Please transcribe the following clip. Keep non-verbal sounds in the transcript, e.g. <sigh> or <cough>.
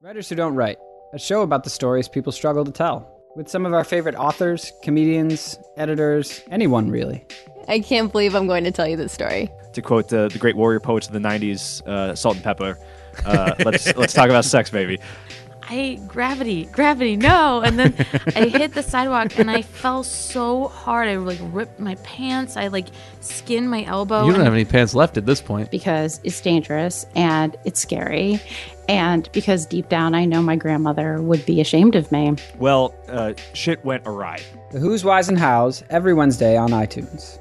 Writers Who Don't Write, a show about the stories people struggle to tell, with some of our favorite authors, comedians, editors, anyone really. I can't believe I'm going to tell you this story. to quote the, the great warrior poets of the 90s, uh, Salt and Pepper. Uh, let's <laughs> let's talk about sex, baby. I gravity, gravity, no. And then I hit the sidewalk and I fell so hard. I like ripped my pants. I like skinned my elbow. You don't and have any pants left at this point. because it's dangerous and it's scary. And because deep down, I know my grandmother would be ashamed of me. Well, uh, shit went awry. The Who's, Whys, and Hows every Wednesday on iTunes.